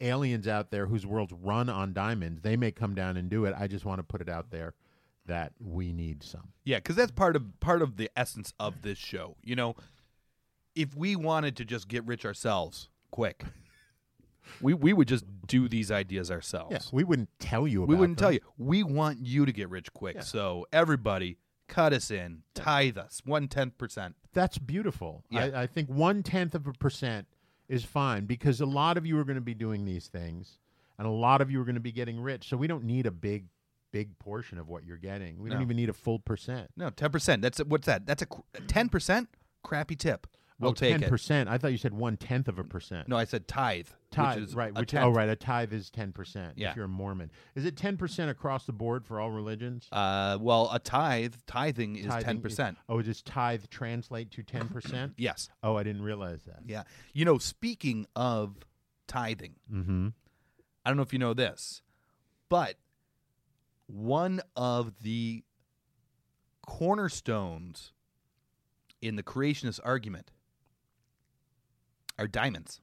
aliens out there whose worlds run on diamonds. They may come down and do it. I just want to put it out there that we need some. Yeah, because that's part of part of the essence of this show. You know, if we wanted to just get rich ourselves quick, we we would just do these ideas ourselves. Yeah, we wouldn't tell you about we wouldn't tell them. you. We want you to get rich quick. So everybody, cut us in, tithe us one tenth percent. That's beautiful. Yeah. I, I think one tenth of a percent is fine because a lot of you are going to be doing these things, and a lot of you are going to be getting rich. So we don't need a big, big portion of what you're getting. We don't No. even need a full percent. No, ten percent. That's what's that? That's a ten percent crappy tip. We'll take it. Oh, percent. I thought you said one tenth of a percent. No, I said tithe. tithe, which is right? a Which, oh, tenth. right. A tithe is ten percent. Yeah. If you're a Mormon, is it ten percent across the board for all religions? Uh, well, a tithe, tithing is Tithing ten percent. Oh, does tithe translate to ten percent? Yes. Oh, I didn't realize that. Yeah. You know, speaking of tithing, Mm-hmm. I don't know if you know this, but one of the cornerstones in the creationist argument are diamonds.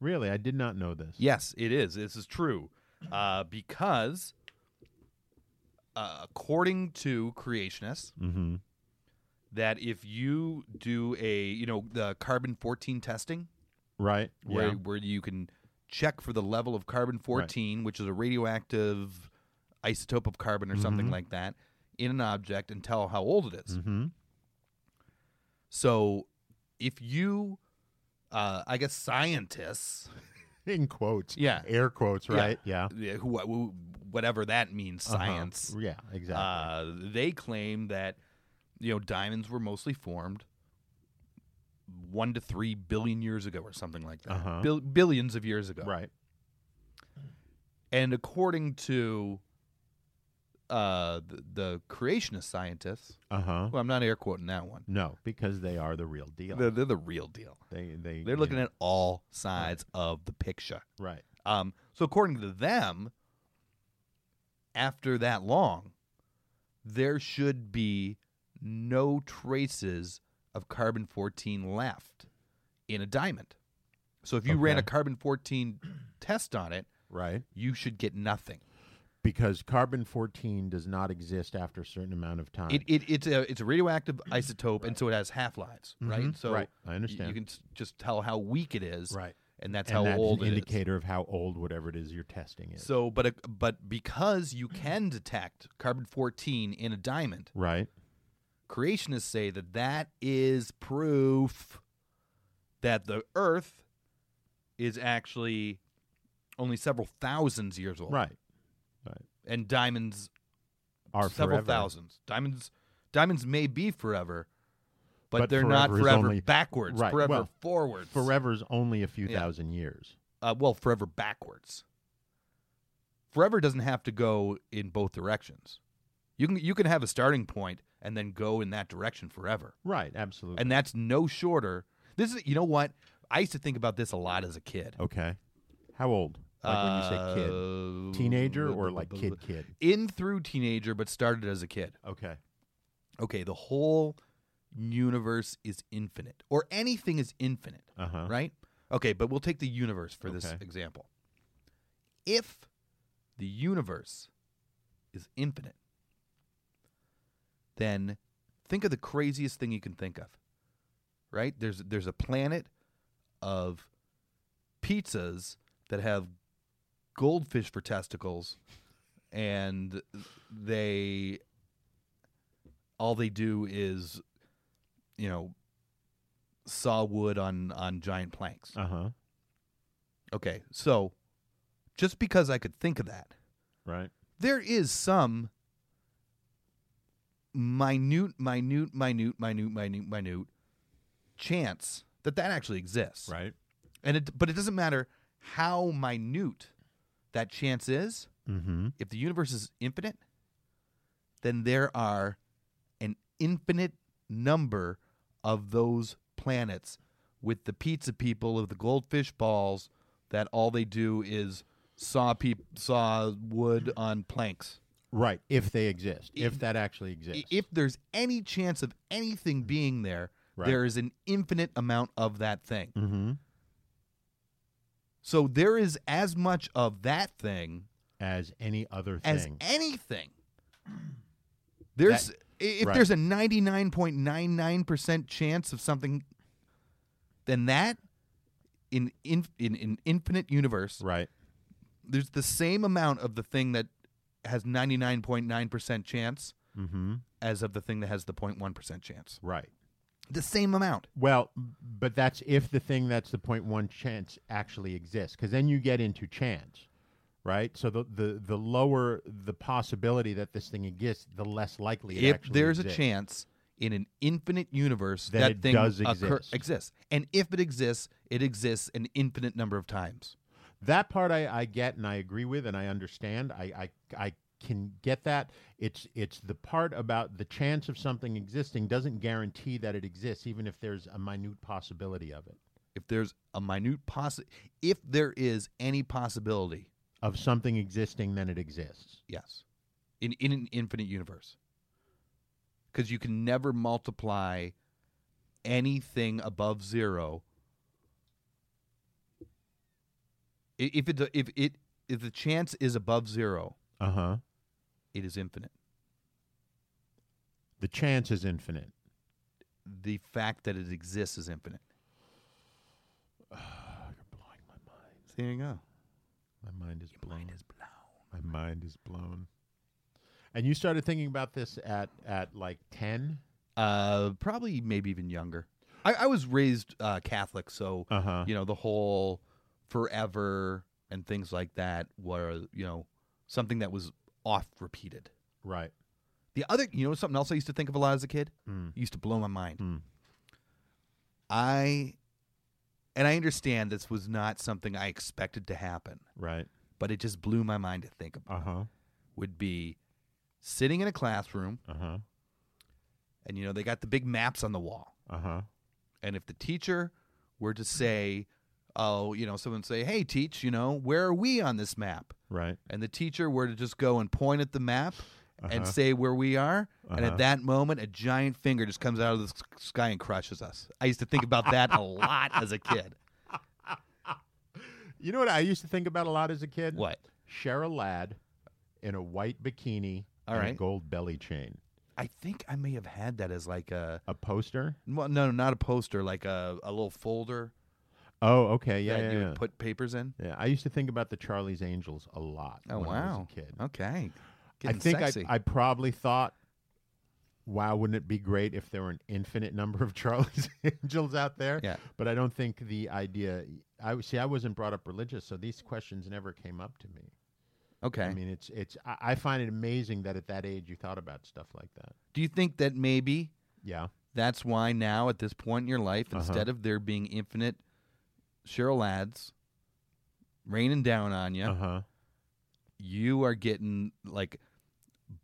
Really, I did not know this. Yes, it is. This is true. Uh, because, uh, according to creationists, Mm-hmm. that if you do a, you know, the carbon 14 testing, Right. where yeah. where you can check for the level of carbon 14 which is a radioactive isotope of carbon or something like that in an object and tell how old it is. Mm-hmm. so if you uh, i guess scientists in quotes. Yeah. Air quotes, right? Yeah. who, who, whatever that means Uh-huh. science Yeah, exactly. uh, they claim that you know diamonds were mostly formed one to three billion years ago or something like that Uh-huh. Bill- billions of years ago right. And according to uh, the, the creationist scientists, Uh huh. well, I'm not air quoting that one. No, because they are the real deal. They're, they're the real deal. they they They're looking at all sides of the picture. right. Um, so according to them, after that long, there should be no traces of carbon 14 left in a diamond. So if you ran a Okay. carbon 14 test on it, Right. you should get nothing. Because carbon fourteen does not exist after a certain amount of time. It, it it's a it's a radioactive isotope, and so it has half lives, right? Mhm, So right. I y- understand. You can s- just tell how weak it is, Right. And that's and how that's old an it is. indicator of how old whatever it is you're testing is. So, but a, but because you can detect carbon fourteen in a diamond, right. creationists say that that is proof that the Earth is actually only several thousands years old, Right. And diamonds Are several forever. thousands. Diamonds diamonds may be forever, but, But they're not forever is forever only- backwards, right, forever well, forwards. Forever's only a few Yeah. thousand years. uh, well, forever backwards. Forever doesn't have to go in both directions. You can you can have a starting point and then go in that direction forever. Right. Absolutely. And that's no shorter. This is you know what? I used to think about this a lot as a kid. okay. How old? Oh, Like when you say Uh, kid, teenager, or like kid, kid. In through teenager, but started as a kid. Okay. okay, the whole universe is infinite, or anything is infinite, Uh-huh. right? Okay, but we'll take the universe for this Okay. example. If the universe is infinite, then think of the craziest thing you can think of, right? There's there's a planet of pizzas that have goldfish for testicles, and they all they do is you know saw wood on on giant planks Uh huh. okay so just because i could think of that Right. there is some minute minute minute minute minute minute chance that that actually exists Right. and it but it doesn't matter how minute that chance is Mm-hmm. if the universe is infinite, then there are an infinite number of those planets with the pizza people of the goldfish balls that all they do is saw peop saw wood on planks. Right, if they exist, if that actually exists. I- If there's any chance of anything being there, Right. Mm-hmm. there is an infinite amount of that thing. So there is as much of that thing as any other as thing. anything. There's That- i- if right. there's a 99.99% chance of something then that in in in an infinite universe, right, there's the same amount of the thing that has 99.9% chance Mm-hmm. as of the thing that has the 0.1% chance. right. The same amount. Well, but that's if the thing that's the point one chance actually exists, because then you get into chance, right? So the, the the lower the possibility that this thing exists, the less likely it if actually there's a exists. chance in an infinite universe That that, it thing does occur- exist. exists. And if it exists, it exists an infinite number of times. That part I, I get and I agree with and I understand. I, I I can get that. It's it's the part about the chance of something existing doesn't guarantee that it exists, even if there's a minute possibility of it. If there's a minute possi if there is any possibility, Of something existing, then it exists. yes, in in an infinite universe, because you can never multiply anything above zero. I- If it if it if the chance is above zero, Uh huh. it is infinite. The chance is infinite. The fact that it exists is infinite. There you go. My mind is blown. Mind is blown. My mind is blown. And you started thinking about this at at like ten. Uh, probably maybe even younger. I, I was raised uh, Catholic, so Uh-huh. you know the whole forever and things like that were you know something that was oft repeated. Right. The other, you know, something else I used to think of a lot as a kid used to blow my mind. I, and I understand this was not something I expected to happen, Right. but it just blew my mind to think about. Uh huh. Would be sitting in a classroom, Uh huh. and you know they got the big maps on the wall, Uh huh. And if the teacher were to say, oh, you know, someone say, hey, teach, you know, where are we on this map? Right. And the teacher were to just go and point at the map Uh-huh. and say where we are. And at that moment, a giant finger just comes out of the s- sky and crushes us. I used to think about that a lot as a kid. You know what I used to think about a lot as a kid? What? Cheryl Ladd in a white bikini All and a right. gold belly chain. I think I may have had that as like a, A poster? well, no, not a poster, like a, a little folder Oh, okay. Yeah. that Yeah, you yeah. would put papers in. Yeah, I used to think about the Charlie's Angels a lot Oh, when I was wow. a kid. Okay. I Getting think sexy. I, I probably thought, wow, wouldn't it be great if there were an infinite number of Charlie's Angels out there? Yeah. But I don't think the idea. I w- see. I wasn't brought up religious, so these questions never came up to me. okay. I mean, it's it's. I, I find it amazing that at that age you thought about stuff like that. Do you think that maybe Yeah. That's why now at this point in your life, Uh-huh. instead of there being infinite Cheryl ads raining down on you, Uh huh. you are getting like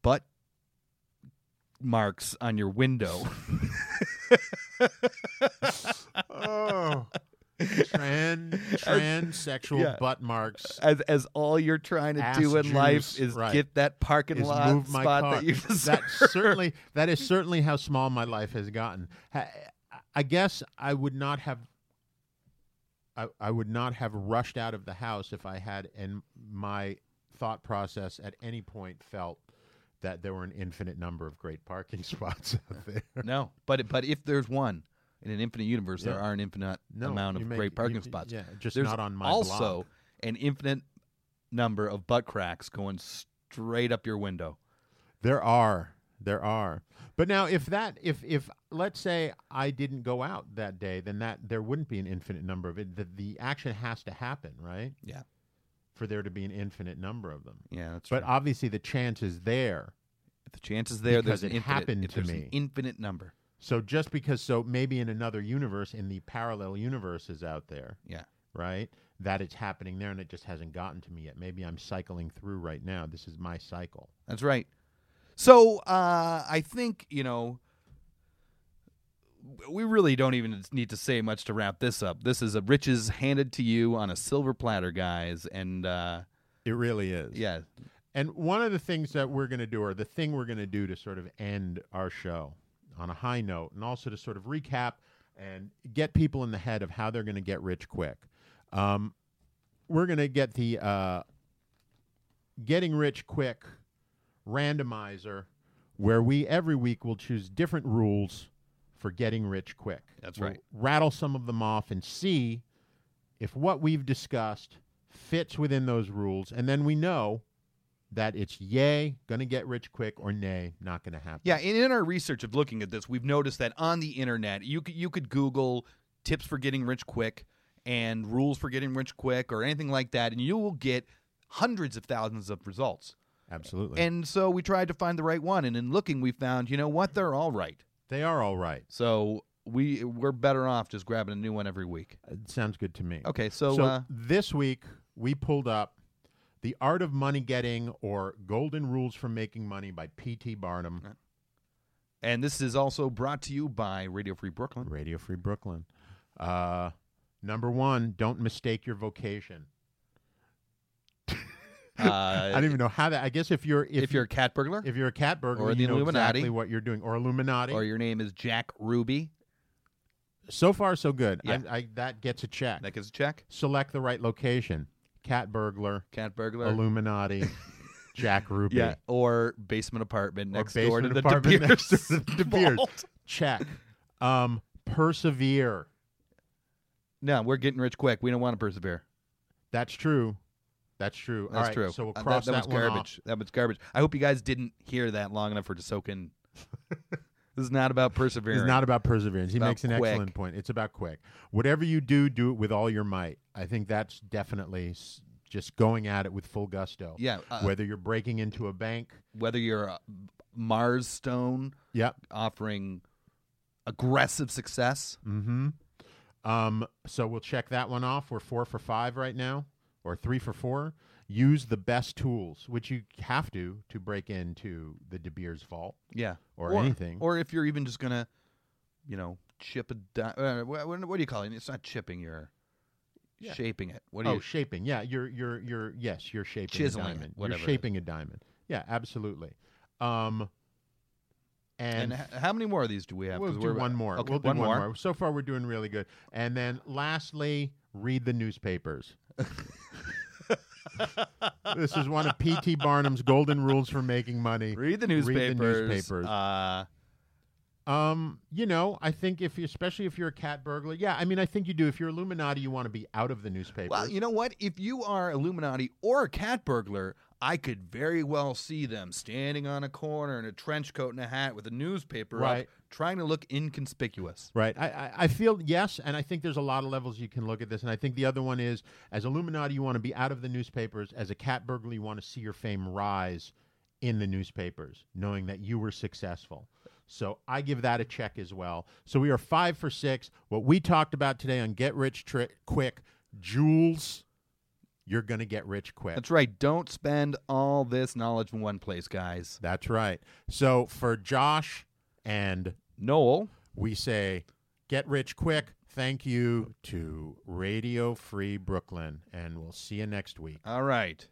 butt marks on your window. Oh. Trans transsexual Yeah. butt marks. as as all you're trying to Ass do in life juice, is right. get that parking is lot move my spot car. that you That deserve. certainly that is certainly how small my life has gotten. Ha- I guess I would not have. I, I would not have rushed out of the house if I had, and my thought process at any point felt that there were an infinite number of great parking spots out there. no, but it- but if there's one in an infinite universe, Yeah. there are an infinite No, amount you of make- great parking you- spots. yeah, just There's not on my also block. an infinite number of butt cracks going straight up your window. There are. There are. But now if that if if let's say I didn't go out that day, then that there wouldn't be an infinite number of it. The, the action has to happen, right? Yeah, For there to be an infinite number of them. yeah, that's But right. obviously the chance is there. If the chances there. because There's an it infinite, happened if to there's an me. infinite number. So just because so maybe in another universe in the parallel universes out there, Yeah, right? That it's happening there and it just hasn't gotten to me yet. Maybe I'm cycling through right now. This is my cycle. that's right. So uh, I think you know. We really don't even need to say much to wrap this up. This is a riches handed to you on a silver platter, guys, and uh, It really is. yeah, And one of the things that we're going to do, or the thing we're going to do to sort of end our show on a high note, and also to sort of recap and get people in the head of how they're going to get rich quick, um, we're going to get the uh, getting rich quick randomizer, where we every week will choose different rules for getting rich quick. That's We'll right. Rattle some of them off and see if what we've discussed fits within those rules, and then we know that it's yay, gonna get rich quick, or nay, not gonna happen. Yeah, and in our research of looking at this, we've noticed that on the internet, you could, you could Google tips for getting rich quick and rules for getting rich quick or anything like that, and you will get hundreds of thousands of results. absolutely. And so we tried to find the right one, and in looking, we found you know what they're all right. they are all right. So we we're better off just grabbing a new one every week. It sounds good to me. Okay, so, uh, this week we pulled up the Art of Money Getting or Golden Rules for Making Money by P.T. Barnum, Uh-huh. And this is also brought to you by Radio Free Brooklyn. Radio Free Brooklyn. Uh, number one, don't mistake your vocation. I Uh, don't even know how that. I guess if you're if, if you're a cat burglar, if you're a cat burglar, Or you the know Illuminati. exactly what you're doing, or Illuminati, or your name is Jack Ruby, So far, so good. Yeah. I, I, that gets a check. that gets a check. Select the right location. Cat burglar, Cat burglar. Illuminati, Jack Ruby. Yeah, or basement apartment or next door to basement the De apartment Beers. next to the De Beers. vault. Check. Um, persevere. No, we're getting rich quick. We don't want to persevere. That's true. That's true. All That's right, true. So we'll Uh, cross that, that, was one off. garbage. That was garbage. I hope you guys didn't hear that long enough for it to soak in. this is not about persevering. It's not about perseverance. he about makes an quick. excellent point. It's about quick. Whatever you do, do it with all your might. I think that's definitely s- just going at it with full gusto. Yeah, uh, Whether you're breaking into a bank. whether you're a Mars Stone Yep. offering aggressive success. Mm-hmm. Um, so we'll check that one off. We're four for five right now, or three for four. Use the best tools, which you have to to break into the De Beers vault. Yeah, Or anything. Or if you're even just gonna, you know, chip a di- uh, what, what do you call it? It's not chipping. You're shaping it. What do Oh, you? shaping. Yeah, you're you're you're yes, you're shaping Chiseling a it, diamond. whatever it you're is. shaping a diamond. Yeah, absolutely. Um, and and, h- how many more of these do we have? we'll 'Cause do we're- one more. Okay, we'll do one more. So far, we're doing really good. And then lastly, read the newspapers. this is one of P.T. Barnum's golden rules for making money. Read the newspapers. newspapers. Uh, Um, you know, I think if you, especially if you're a cat burglar, yeah, I mean, I think you do. If you're Illuminati, you want to be out of the newspapers. well, you know what? If you are Illuminati or a cat burglar, I could very well see them standing on a corner in a trench coat and a hat with a newspaper Right. up, trying to look inconspicuous. Right. I, I, I feel yes, and I think there's a lot of levels you can look at this. And I think the other one is as Illuminati, you want to be out of the newspapers. As a cat burglar, you want to see your fame rise in the newspapers, knowing that you were successful. So I give that a check as well. So we are five for six. What we talked about today on Get Rich Tri- Quick, Jules, you're going to get rich quick. That's right. Don't spend all this knowledge in one place, guys. That's right. So for Josh and Noel, we say get rich quick thank you to radio free brooklyn and we'll see you next week all right.